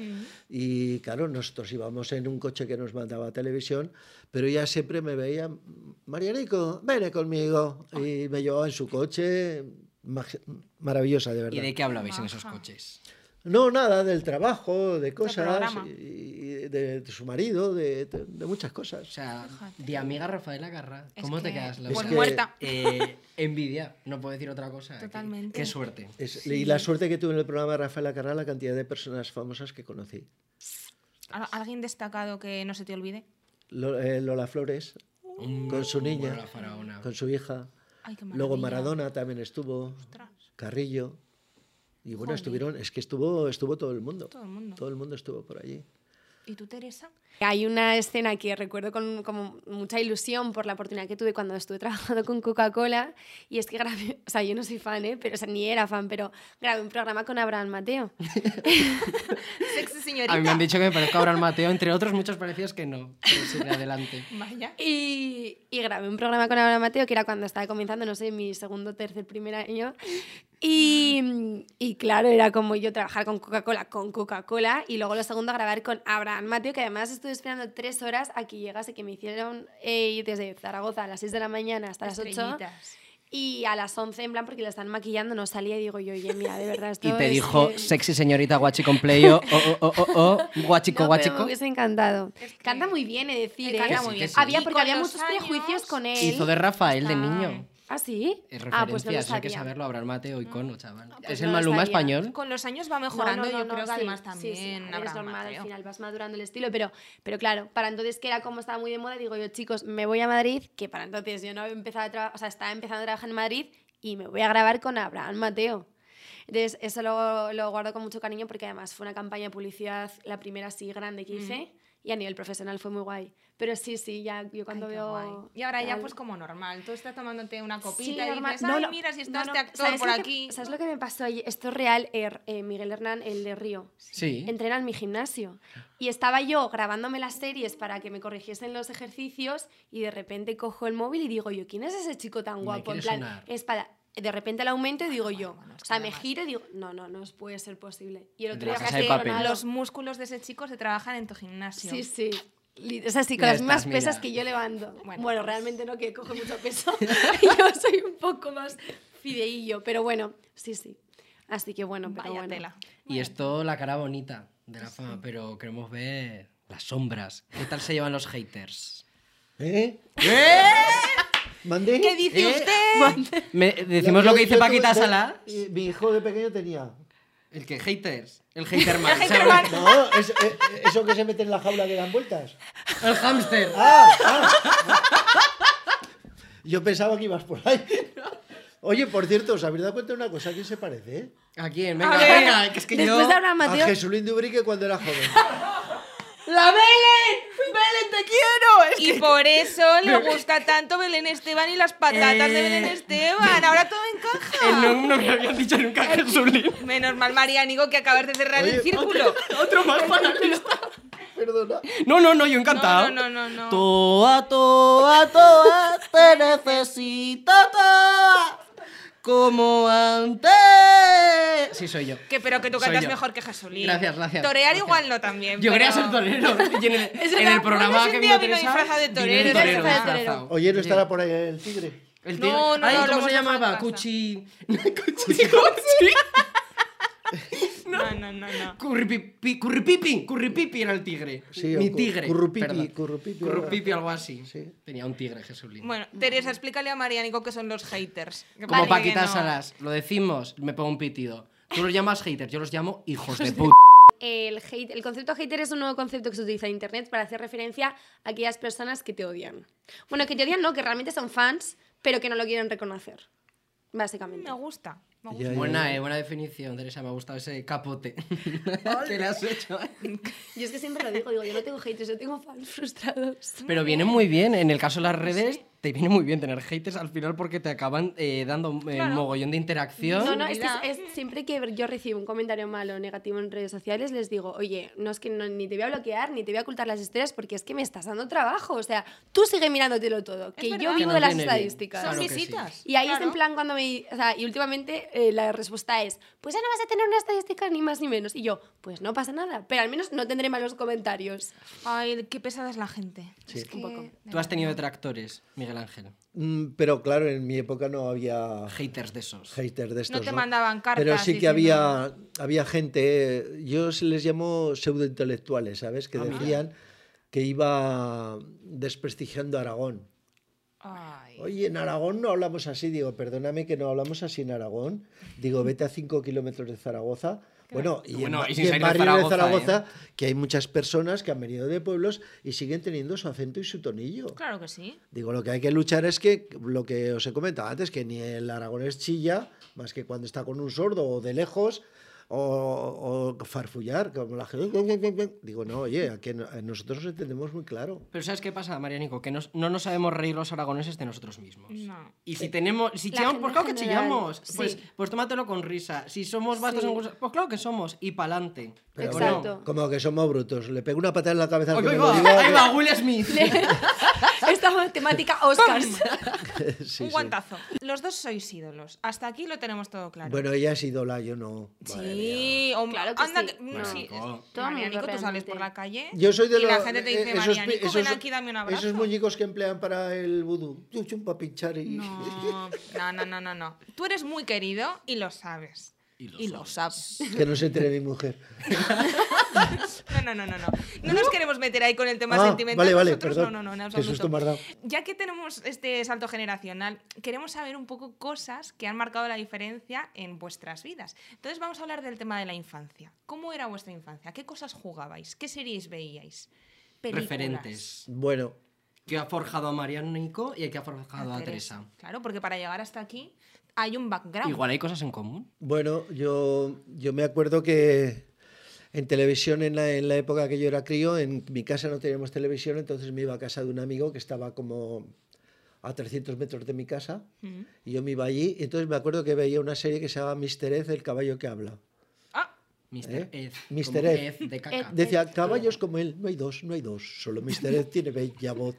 D: y claro, nosotros íbamos en un coche que nos mandaba a televisión, pero ella siempre me veía, Marianico, vene conmigo. Y me llevaba en su coche, maj- maravillosa, de verdad.
B: ¿Y de qué hablabais en
A: Ajá.
B: esos coches?
D: No, nada, del trabajo, de cosas,
A: programa.
D: y, y de, de su marido, de, de muchas
B: O
D: cosas.
B: sea, de amiga Rafaela Garra,
C: Es
B: ¿cómo te
C: que-
B: quedas?
C: Pues
D: Es que-
C: muerta.
B: Eh, envidia, no puedo decir otra cosa. Qué-
A: Totalmente.
B: Qué suerte.
D: Es- Y la suerte que tuve en el programa de Rafaela Carrá, la cantidad de personas famosas que conocí.
A: ¿Al- ¿Alguien destacado que no se te olvide?
D: Lo- eh, Lola Flores,
B: Un-
D: Con su
B: un
D: niña.
B: vuelo a la faraona.
D: con su hija.
A: Ay, Ah. qué
D: Luego
A: maravilla.
D: Maradona también estuvo.
A: Ostras.
D: Carrillo. Y bueno,
A: Jolín.
D: estuvieron, es que estuvo, estuvo todo el mundo.
A: Todo el mundo.
D: Todo el mundo estuvo por allí.
A: ¿Y tú, Teresa?
E: Hay una escena que recuerdo con como mucha ilusión por la oportunidad que tuve cuando estuve trabajando con Coca-Cola y es que grabé, o sea, yo no soy fan, ¿eh? pero o sea, ni era fan, pero grabé un programa con Abraham Mateo.
A: Sexy
B: A
A: señorita.
B: mí me han dicho que me parezco a Abraham Mateo, entre otros muchos parecidos que no. Pero sigue adelante.
A: Vaya.
E: Y, y grabé un programa con Abraham Mateo, que era cuando estaba comenzando, no sé, mi segundo, tercer, primer año. Y, y claro, era como yo trabajar con Coca-Cola, con Coca-Cola, y luego lo segundo grabar con Abraham Mateo, que además estuve esperando tres horas a que llegase, que me hicieron eh, ir desde Zaragoza a las 6 de la mañana hasta las 8.
A: Estrellitas.
E: Y a las 11, en plan, porque la están maquillando, no salía y digo yo, oye, mira, de verdad, esto
B: Y te
E: es
B: dijo,
E: que-
B: sexy señorita guachicompleyo, oh, oh, oh, oh, oh, guachico,
E: No, pero me
B: guachico.
E: hubiese encantado.
A: Es que-
E: Canta muy bien, he de decir.
A: Eh,
E: ¿eh?
A: canta
B: muy bien.
E: Había,
A: Y
E: porque
A: con
E: había
A: los
E: muchos prejuicios
A: años
E: con él.
B: Hizo de Rafael de
A: Está-
B: niño.
E: ¿Ah, sí?
B: Es referencia,
E: ah, pues no lo
B: eso Eh, hay que
E: sabía.
B: saberlo, Abraham Mateo, icono, chaval.
E: pues
B: ¿Es el
E: no lo
B: Maluma
E: sabía.
D: ¿Eh?
B: español?
A: Con los años va
E: No,
A: mejorando,
E: no, no,
A: yo
E: no,
A: creo que
E: sí,
A: además
E: sí,
A: también
E: sí, ahora
A: habrá ¿eh?
E: es normal, al
A: Mateo.
E: final vas madurando el estilo, pero, pero claro, para entonces que era como estaba muy de moda, digo yo, chicos, me voy a Madrid, que para entonces yo no había empezado a trabajar, o sea, estaba empezando a trabajar en Madrid y me voy a grabar con Abraham Mateo. Entonces, eso lo, lo guardo con mucho cariño porque además fue una campaña de publicidad, la primera sí
A: Mm.
E: grande que hice, y a nivel profesional fue muy guay. Pero sí, sí, ya yo cuando
A: Ay, qué
E: veo...
A: guay. Y ahora ya
E: tal-
A: pues como normal, tú estás tomándote una copita
E: Sí,
A: y
E: normal.
A: dices,
E: No,
A: ay,
E: no,
A: mira, si está
E: no,
A: este
E: no.
A: actor
E: ¿Sabes
A: por
E: lo que-
A: aquí.
E: ¿Sabes lo que me pasó ayer? Esto es real, er- eh, Miguel Hernán, el de Río.
B: Sí.
E: Entrena en mi gimnasio. Y estaba yo grabándome las series para que me corrigiesen los ejercicios y de repente cojo el móvil y digo yo, ¿quién es ese chico tan
B: Me
E: guapo? En
B: quiere
E: plan,
B: sonar. Ah,
E: es para... De repente el aumento y digo
A: bueno,
E: yo,
A: bueno, es
E: o
A: que
E: sea, me
A: además-
E: giro y digo, no, no, no puede ser posible. Y el
B: De la
E: otro día
B: Casa
E: casi
B: de
E: he
B: Papel.
E: coronado.
A: Los músculos de ese chico se trabajan en tu gimnasio.
E: Sí, sí. Li- O sea, sí, con
B: Ya
E: las mismas
B: estás, mira.
E: pesas que yo levanto.
A: Bueno,
E: Bueno,
A: pues-
E: realmente no, que coge mucho peso. yo soy un poco más fideillo, pero bueno, sí, sí. Así que bueno, pero
A: Vaya
E: bueno.
A: tela.
B: Y es todo la cara bonita de la fama, pero queremos ver las sombras. ¿Qué tal se llevan los haters?
D: ¿Eh? ¿Mandé?
A: ¿Qué dice
B: ¿Eh?
A: usted?
B: Me- decimos lo que dice Paquita Sala.
D: Mi hijo de pequeño tenía.
B: El que haters. El hater man.
A: hater
B: ¿sabes?
A: man.
D: No, es- eh, eso que se mete en la jaula que dan vueltas.
B: El hamster.
D: Ah, ah. Yo pensaba que ibas por ahí. Oye, por cierto, ¿os habéis dado cuenta de una cosa? ¿A quién se parece? eh?
B: ¿A quién? Venga,
A: A ver.
B: venga, que es que
E: Después
B: yo...
E: de Abraham
D: A
E: Mateo,
D: Jesulín de Ubrique cuando era joven.
A: ¡La Belén! ¡Belén, te quiero! y por eso le gusta tanto Belén Esteban y las patatas de
B: Eh.
A: Belén Esteban. Ahora todo encaja.
B: El no, no me habían dicho nunca Jesulín.
A: Menos mal, Marianigo, que acabas de cerrar el
D: Oye,
A: círculo.
B: Otro más para la lista.
D: Perdona.
B: No, no, no, yo encantado.
A: No, no, no, no, no.
B: Toa, toa, toa, te necesito toa. Como antes. Sí, soy yo.
A: Que, pero que tú
B: Soy
A: cantas
B: yo.
A: mejor que Jesulín.
B: Gracias, gracias.
A: Torear
B: Gracias.
A: igual no también.
B: Yo quería
A: pero-
B: ser torero. Y en el,
A: Es
B: en
A: verdad,
B: el programa
A: un
B: que
A: día vino
B: vino Teresa,
A: disfrazado de
B: vino
A: torero.
B: el
E: Vino disfrazado de
B: disfrazado.
D: Oye, no estará por ahí el tigre.
B: El
A: No,
B: tigre.
A: no, no,
B: Ay,
A: lo
B: ¿Cómo
A: hemos
B: se
A: dejado en
B: llamaba?
A: casa.
B: Cuchi. Cuchi. Cuchi.
A: No, no, no, no.
B: Curripipi, curripipi, curripipi era el tigre.
D: Sí, o
B: Mi
D: cu-
B: tigre.
D: currupipi,
B: perdón.
D: currupipi,
B: Currupipi, algo así.
D: Sí.
B: Tenía un tigre, Jesulín.
A: Bueno, Teresa, explícale a Marianico qué son los haters. Que
B: Como
A: parece
B: Paquita
A: que no.
B: Salas, lo decimos, me pongo un pitido. Tú los llamas haters, yo los llamo hijos de puta.
E: el, hate, el concepto hater es un nuevo concepto que se utiliza en Internet para hacer referencia a aquellas personas que te odian. Bueno, que te odian no, que realmente son fans, pero que no lo quieren reconocer, básicamente.
A: Me gusta. Me gusta.
D: Ya, ya,
B: Buena,
D: ya.
B: eh, buena definición, Teresa, me ha gustado ese capote. Te la has hecho. eh.
E: Yo es que siempre lo digo, digo, yo no tengo haters, yo tengo fans frustrados.
B: Pero viene muy bien, en el caso de las redes, te viene muy bien tener haters al final porque te acaban eh, dando eh, mogollón de interacción.
E: No, no, es que
A: Comunidad.
E: es- es- siempre que yo recibo un comentario malo o negativo en redes sociales, les digo, oye, no es que no- ni te voy a bloquear, ni te voy a ocultar las historias, porque es que me estás dando trabajo. O sea, tú sigue mirándotelo todo, que
A: verdad.
E: yo
B: Que
E: vivo
B: nos
E: de las
B: viene bien.
E: estadísticas.
A: Son
B: Claro que sí.
A: visitas.
E: Y ahí es
A: Claro.
E: en plan cuando me... O sea, y últimamente eh, la respuesta es, pues ya no vas a tener una estadística ni más ni menos. Y yo, pues no pasa nada, pero al menos no tendré malos comentarios.
A: Ay, qué pesada es la gente.
D: Sí.
A: Es que-
E: Un poco.
B: Tú has tenido detractores, Miguel Miguel Ángel.
D: Mm, Pero claro, en mi época no había
B: Haters de esos.
D: haters de estos.
C: te mandaban cartas
D: Pero sí
C: diciendo-
D: que había, había gente, eh, yo se les llamo pseudointelectuales, ¿sabes?
C: Ah,
D: Que decían que iba desprestigiando a Aragón.
C: Ay.
D: Oye, en Aragón no hablamos así. Digo, perdóname que no hablamos así en Aragón. Digo, vete a 5 kilómetros de Zaragoza. Bueno, y
B: Bueno,
D: en,
B: y
D: el
B: sin salir de
D: barrio de
B: Zaragoza, ¿eh?
D: Zaragoza, que hay muchas personas que han venido de pueblos y siguen teniendo su acento y su tonillo.
C: Claro que sí.
D: Digo, lo que hay que luchar es que, lo que os he comentado antes, que ni el aragonés chilla, más que cuando está con un sordo o de lejos, o, o farfullar, como la gente. Digo, no, oye, aquí no- nosotros nos entendemos muy claro.
B: Pero ¿sabes qué pasa, María Nico? Que nos- no nos sabemos reír los aragoneses de nosotros mismos.
C: No.
B: Y si tenemos, si
E: La
B: chillamos,
E: gente
B: pues claro que
E: en general,
B: chillamos.
E: sí.
B: Pues, pues tómatelo con risa. Si somos bastos
E: Sí.
B: en gusto- pues claro que somos. Y pa'lante.
D: Pero
B: ¿O no?
E: Exacto.
D: como que somos brutos. Le pego una patada en la cabeza. al
B: Oye,
D: que
B: ahí
D: me lo
B: va,
D: diga,
B: ahí va, Will Smith.
E: Esta temática Oscars.
D: que- sí, sí.
C: Un guantazo. Los dos sois ídolos. Hasta aquí lo tenemos todo claro.
D: Bueno, ella es ídola, yo no. Madre mía.
C: sí, hombre.
E: Claro que
C: anda
E: sí.
C: que- mm,
B: Bueno,
C: sí.
B: Nico.
E: Todo el
C: María Nico,
E: mundo
C: tú sales
E: realmente.
C: por la calle
D: Yo soy de
C: y la
D: los-
C: gente te
D: eh,
C: dice,
D: esos
C: María
D: pi-
C: Nico, ven
D: esos-
C: aquí, dame un abrazo.
D: Esos muñecos que emplean para el vudú. Chum, chum, para pinchar y.
C: No, no, no, no, no, no. Tú eres muy querido y lo sabes. Y lo, sabes.
D: que no se entere mi mujer.
C: No, no, no, no, no. No nos queremos meter ahí con el tema
D: Ah,
C: sentimental.
D: vale, vale,
C: nosotros
D: perdón.
C: no, no, no, en
D: Qué
C: absoluto.
D: susto me has dado.
C: Ya que tenemos este salto generacional, queremos saber un poco cosas que han marcado la diferencia en vuestras vidas. Entonces vamos a hablar del tema de la infancia. ¿Cómo era vuestra infancia? ¿Qué cosas jugabais? ¿Qué series veíais? Películas.
B: Referentes.
D: Bueno,
B: Que ha forjado a María Nico y el que ha forjado a, Teresa.
C: Claro, porque para llegar hasta aquí hay un background.
B: Igual hay cosas en común.
D: Bueno, yo, yo me acuerdo que en televisión, en la, en la época que yo era crío, en mi casa no teníamos televisión, entonces me iba a casa de un amigo que estaba como a 300 metros de mi casa,
C: Mm.
D: y yo me iba allí, y entonces me acuerdo que veía una serie que se llama Mister Ed, el caballo que habla.
C: Ah,
B: Mr. Ed.
D: Mr.
B: como
D: ¿Eh? Ed.
B: de caca.
E: Ed.
D: Decía, caballos como él, no hay dos, no hay dos, solo Mister Ed tiene bella voz.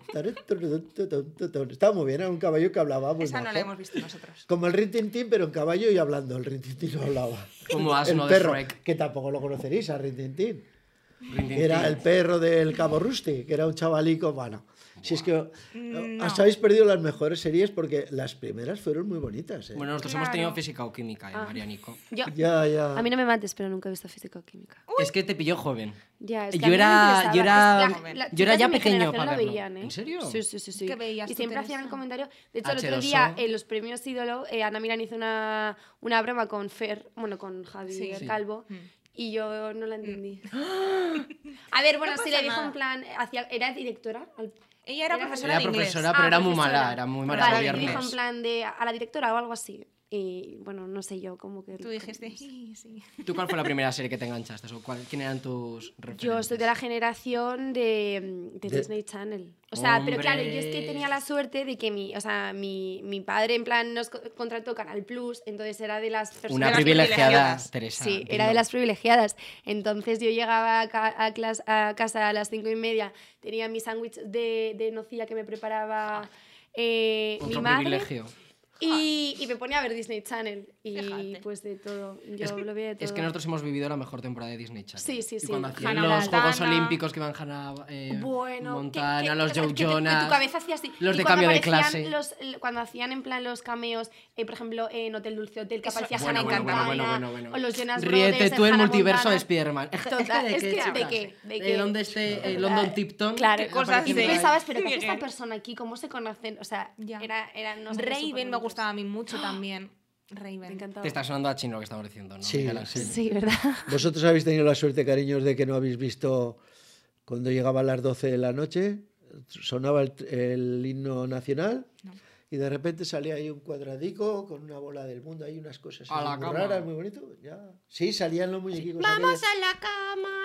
D: Estaba muy bien, era un caballo que hablaba. muy
C: esa no la
D: majo.
C: hemos visto nosotros.
D: Como el Rintintín, pero en caballo y hablando. El Rintintín no hablaba.
B: Como asno
D: el
B: de
D: perro,
B: Shrek.
D: que tampoco lo conoceréis, a Rintintín.
B: Rin, tin,
D: Era
B: tin.
D: el perro del Cabo Rusty, que era un chavalico. Bueno, si es que eh, os habéis perdido las mejores series porque las primeras fueron muy bonitas. ¿eh?
B: Bueno, nosotros hemos tenido física o química,
E: Ah.
B: eh, María Nico.
E: Yo,
D: ya, ya.
E: a mí no me mates, pero nunca he visto física o química.
B: Es que te pilló joven.
E: Ya, es que a
B: Eh, yo,
E: mí
B: era,
E: no me
B: yo
E: interesaba.
B: era,
E: Las- las
B: yo era ya
E: chicas de mi
B: pequeño
E: generación
B: para
E: la
B: verlo.
E: veían, ¿eh?
B: ¿En serio?
E: Sí, sí, sí. sí.
C: ¿Qué veías
E: y
C: tú,
E: siempre
C: Teresa?
E: hacían
B: Ah.
E: el comentario. De hecho, el otro
B: Hacheroso.
E: día en los premios ídolo, eh, Ana Milán hizo una, una broma con Fer, bueno, con
C: Sí.
E: Javier
C: Sí. Mm.
E: Calvo. Y yo no la entendí.
B: Mm. ¡Ah!
E: A
C: No
E: ver, bueno, sí
C: pasa
E: le dijo
C: nada.
E: en plan, hacía, era directora. Al-
C: Ella era
E: Era
C: profesora
B: Era
C: de inglés.
B: profesora, pero
E: Ah,
B: era muy
E: profesora.
B: mala, era muy mala
E: Vale,
B: de
E: le dijo en
B: viernes.
E: plan de a la directora o algo así. Y bueno, no sé yo, como que...
C: Ah, Tú dijiste, sí, sí.
B: ¿Tú cuál fue la primera serie que te enganchaste? ¿O cuál, ¿Quién eran tus referentes?
E: Yo soy de la generación de, mm, de
D: De-
E: Disney Channel. O sea, pero claro, yo es que
B: Hombre.
E: tenía la suerte de que mi, o sea, mi, mi padre en plan nos co- contrató Canal Plus, entonces era de las personas...
B: Una
C: las
B: privilegiada,
C: privilegiadas.
B: Teresa.
E: Sí,
B: dilo.
E: era de las privilegiadas. Entonces yo llegaba a, ca- a clas- a casa a las cinco y media, tenía mi sándwich de, de nocilla que me preparaba eh,
B: Ah. Otro
E: mi madre
B: privilegio.
E: y, y me ponía a ver Disney Channel y
C: Fíjate.
E: pues de todo. Yo lo veía de todo.
B: Es que nosotros hemos vivido la mejor temporada de Disney Channel.
E: Sí, sí,
B: Y
E: sí.
B: cuando hacían
C: Hannah
B: los Juegos
C: Montana.
B: Olímpicos que iban Hannah eh,
E: Bueno, que-
B: Montana,
E: que-
B: los
E: o sea,
B: Joe
E: que tu- que
B: Jonas,
E: tu cabeza hacía así.
B: los
E: Y
B: de
E: cuando
B: cambio de
E: aparecían
B: clase.
E: los- cuando hacían en plan los cameos, eh, por ejemplo, en Hotel Dulce Hotel, que
C: Eso-
E: aparecía
C: Bueno,
E: Hannah
C: bueno,
E: Montana,
B: bueno, bueno, bueno.
E: o los Jonas Brothers.
B: Ríete
E: en
B: tú el
E: Hannah
B: multiverso
E: Montana.
B: de Spider-Man.
E: Total, es que-
B: chicas?
E: ¿de qué? ¿De
B: Eh,
E: qué?
B: ¿Dónde esté eh, London Tipton?
E: Claro,
C: Qué cosas de-
E: y tú
B: pensabas
E: pensabas, pero ¿qué hace
C: Miguel.
E: esta persona aquí? ¿Cómo se conocen? O sea,
C: Ya.
E: era, era no sé,
C: Raven me
E: superbonitos.
C: gustaba a mí mucho también.
E: Me
C: Raven.
E: encantaba.
B: Te está sonando a chino lo que estamos diciendo, ¿no?
D: Sí,
B: Miguel Ángel?
E: Sí, ¿verdad?
D: Vosotros habéis tenido la suerte, cariños, de que no habéis visto cuando llegaba a las 12 de la noche, sonaba el, el himno nacional y de repente salía ahí un cuadradico con una bola del mundo, hay unas cosas
B: A
D: ahí
B: la
D: muy
B: cama.
D: raras, muy bonito. Ya. Sí, salían los muñequicos. aquellos.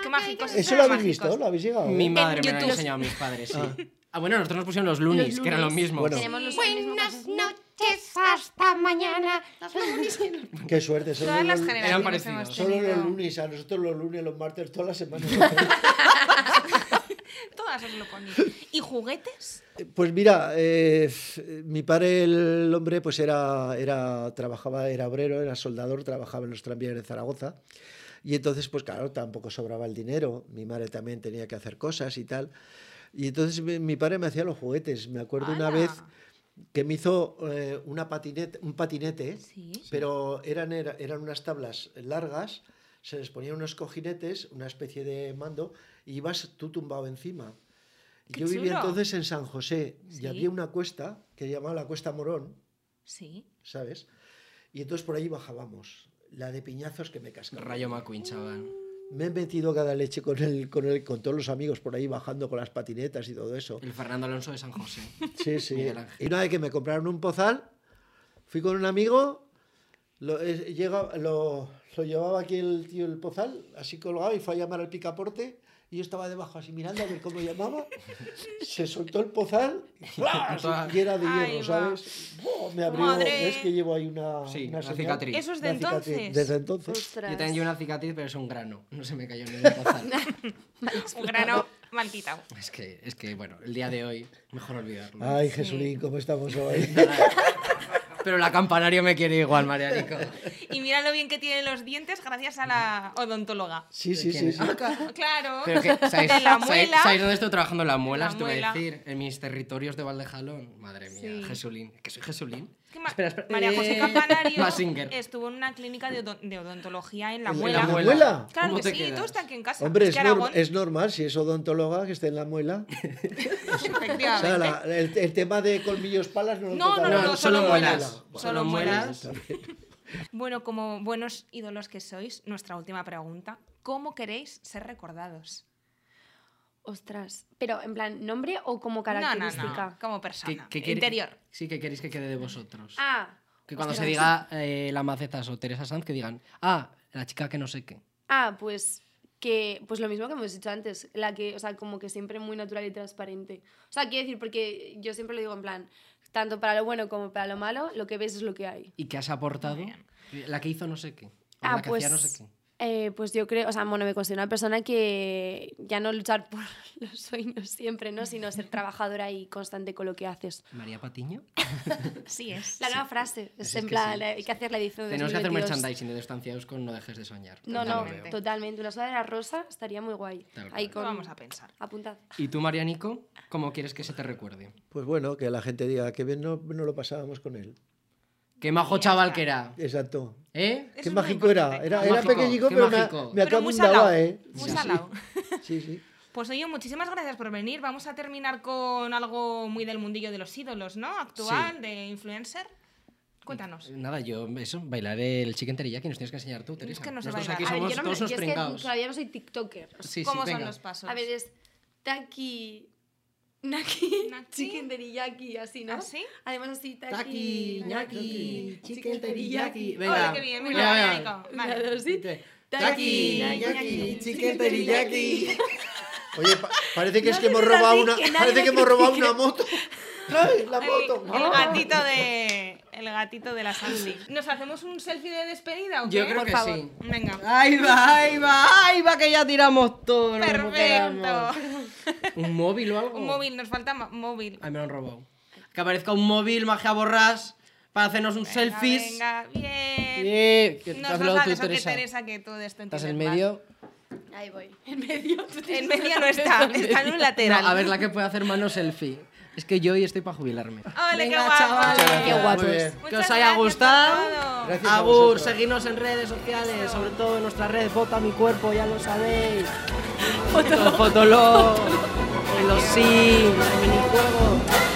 C: Qué mágicos.
D: ¿Eso lo
C: eran
D: habéis visto?
C: mágicos.
D: ¿Lo habéis llegado?
B: Mi
D: eh?
B: madre me lo han
C: YouTube.
B: enseñado mis padres, sí. Ah. bueno, nosotros nos pusieron los lunis, que eran lo mismo.
D: Bueno.
E: Tenemos los
F: Buenas noches, hasta mañana.
D: Qué suerte. Solo
C: Todas las
D: los,
B: Eran
C: generaciones
B: parecidos.
C: hemos
D: solo los
C: tenido.
D: lunes, a nosotros los lunes, los martes, todas las semanas.
C: Todas os lo ponéis. ¿Y juguetes?
D: Pues mira, eh, f- mi padre, el hombre, pues era, era, trabajaba, era obrero, era soldador, trabajaba en los tranvías de Zaragoza. Y entonces, pues claro, tampoco sobraba el dinero. Mi madre también tenía que hacer cosas y tal. Y entonces mi, mi padre me hacía los juguetes. Me acuerdo una
C: ¡Hala!
D: vez que me hizo eh, una patinete, un patinete,
A: Sí.
D: pero eran, era- eran unas tablas largas, se les ponían unos cojinetes, una especie de mando, y ibas tú tumbado encima.
A: ¡Qué
D: Yo vivía
A: chulo!
D: entonces en San José
A: Sí.
D: y había una cuesta que llamaba la Cuesta Morón,
A: Sí.
D: ¿sabes? Y entonces por ahí bajábamos. La de piñazos que me cascaba.
B: Rayo McQueen, chaval.
D: Me he metido cada leche con, el, con, el, con todos los amigos por ahí bajando con las patinetas y todo eso.
B: El Fernando Alonso de San José.
D: Sí, sí.
B: Miguel Ángel.
D: Y una vez que me compraron un pozal, fui con un amigo, lo, eh, llega- lo, lo llevaba aquí el tío el pozal, así colgado, y fue a llamar al picaporte. Y yo estaba debajo así mirando a ver cómo llamaba. Se soltó el pozal ¡flas!
B: Toda-
D: y era de hierro,
A: Ahí va.
D: ¿sabes? ¡Buah! me abrió.
A: Madre.
D: Es que llevo ahí una,
B: Sí,
D: una
B: una
D: señal.
B: cicatriz.
A: Eso es de
D: Una cicatriz.
A: entonces.
D: Desde entonces.
E: Ostras.
B: Yo también llevo una cicatriz, pero es un grano. No se me cayó en el pozal.
A: Un grano mal quitado.
B: es, que, es que, bueno, el día de hoy, mejor olvidarlo.
D: Ay, Jesulín, ¿cómo estamos hoy?
B: Pero la campanario me quiere igual, Marianico.
A: Y mira lo bien que tiene los dientes gracias a la odontóloga.
D: Sí, sí, sí.
B: ¿Quién
D: sí.
B: es?
A: Claro.
B: Pero que, ¿sabéis,
A: De la
B: sabéis-
A: muela.
B: sabéis dónde estoy trabajando en la muela?
A: La
B: Os te voy a
A: muela.
B: decir, en mis territorios de Valdejalón. Madre mía,
A: Sí.
B: Jesulín. ¿Que soy Jesulín?
A: Es que Ma-
B: Espera, espera.
A: María José
B: Eh,
A: Campanario
B: Mazinger.
A: estuvo en una clínica de, odon- de odontología en la
D: ¿En
A: muela.
D: la muela?
A: Claro
B: ¿Cómo
A: que
B: te
A: sí,
B: quedas?
A: todo está aquí en casa.
D: Hombre,
A: es
D: es,
A: que
D: nor-
A: Aragón,
D: es normal si es odontóloga que esté en la muela. O
A: efectivamente.
D: sea, la- el, el tema de colmillos palas no lo
A: No,
D: toca
A: no,
B: No,
D: nadie.
B: no, solo muelas.
D: Bueno,
B: Solo muelas.
A: Bueno, como buenos ídolos que sois, nuestra última pregunta. ¿Cómo queréis ser recordados?
E: Ostras. Pero, en plan, ¿nombre o
A: No,
E: como
A: no,
E: característica?
A: no. Como
B: ¿Qué-
A: persona.
B: qué queréis-
A: Interior.
B: Sí, que queréis que quede de vosotros.
E: Ah.
B: que cuando se
E: ostras.
B: diga eh, la macetas o Teresa Sanz, que digan, ah, la chica que no sé qué.
E: Ah, pues que pues lo mismo que hemos dicho antes, la que, o sea, como que siempre muy natural y transparente. O sea, quiero decir, porque yo siempre lo digo en plan, tanto para lo bueno como para lo malo, lo que ves es lo que hay.
B: ¿Y qué has aportado? La que hizo no sé qué. o
E: Ah,
B: la que
E: pues,
B: hacía no sé qué.
E: eh, pues yo creo, o sea, bueno, me considero una persona que ya no luchar por los sueños siempre, ¿no? Sino ser trabajadora y constante con lo que haces.
B: María Patiño.
A: Sí es.
E: La nueva frase, es,
B: es
E: en
B: que
E: plan,
B: sí.
E: eh, hay que hacer la edición de
B: Tenemos que hacer
E: 2022.
B: merchandising de distanciados con No dejes de soñar.
E: No,
B: Ya lo
E: no,
B: veo.
E: totalmente. Una sudadera rosa estaría muy guay.
B: Tal
E: Ahí
B: cual.
E: con...
A: Vamos a pensar.
E: Apuntad.
B: ¿Y tú, Marianico, cómo quieres que se te recuerde?
D: Pues bueno, que la gente diga que bien no, no lo pasábamos con él.
B: Qué majo chaval que era.
D: Exacto.
B: ¿Eh?
A: Eso
D: qué
A: es muy
D: mágico era.
A: importante.
D: Era,
B: Qué
D: era
B: mágico,
D: pequeñico,
B: qué
D: pero me-
B: mágico.
D: me
A: Pero muy
D: acabundaba,
A: salado.
D: ¿eh?
A: Muy
D: Sí, sí.
A: salado.
D: Sí, sí.
A: Pues oye, muchísimas gracias por venir. Vamos a terminar con algo muy del mundillo de los ídolos, ¿no? Actual, de influencer. Cuéntanos.
B: Nada, yo eso, bailaré el chicken teriyaki, nos tienes que enseñar tú, Teresa.
A: que no sé
B: Nosotros
A: bailar.
B: aquí
E: A ver,
B: somos
E: yo no me-
B: todos unos
E: yo es que
B: pringados.
E: todavía no soy TikToker.
B: Sí, sí,
A: ¿Cómo son
B: venga.
A: los pasos?
E: A ver, es Taki. Naki.
A: Naki.
E: Chicken teriyaki, así, ¿no?
A: ¿Así?
E: Además, así, Taki.
B: Taki, ñaki, chicken teriyaki.
A: Hola,
B: Venga.
A: qué bien,
B: venga,
A: mira,
B: venga.
A: Marianico. Vale.
E: Una, dos, y-
B: Taki, ñaki, chicken teriyaki.
D: Oye, pa- parece que es
E: No
D: que hemos
E: te metas
D: robado
E: así,
D: una,
E: que nadie
D: parece
E: lo
D: que hemos robado
E: critique.
D: una moto. ¿Sabes? La
A: El,
D: moto. ¡Ah!
A: el gatito de. El gatito de la Sandy. ¿Nos hacemos un selfie de despedida o qué?
B: Yo creo
A: Por
B: que
A: favor.
B: sí.
A: Venga.
B: Ahí va, ahí va, ahí va, que ya tiramos todo. nos quedamos.
A: Perfecto.
B: ¿Un móvil o algo?
A: Un móvil, nos falta ma- móvil.
B: Ay, me lo han robado. Que aparezca un móvil, magia borrás, para hacernos un
A: Venga,
B: selfies.
A: Venga, bien.
B: Eh, que te
A: Nos vas
B: has hablado
A: a
B: tú,
A: eso que
B: Teresa.
A: Teresa, que tú de esto
B: Estás en
A: entiendes más.
B: medio.
E: Ahí voy. En medio.
A: En medio no está, está en un lateral.
B: No, a ver, la que puede hacer mano selfie. Es que yo hoy estoy para jubilarme.
A: ¡Ole, qué
B: Venga,
A: guapo!
B: chavales.
E: Qué
D: Muy
E: guapos.
D: bien.
B: Que
A: Muchas
B: os haya
A: gracias por
B: gustado.
A: todo.
D: Gracias a
B: Agur,
D: vosotros.
B: seguidnos en redes sociales, sobre todo en nuestra red Vota mi cuerpo, ya lo sabéis. Fotolog, en los sims, en minijuegos.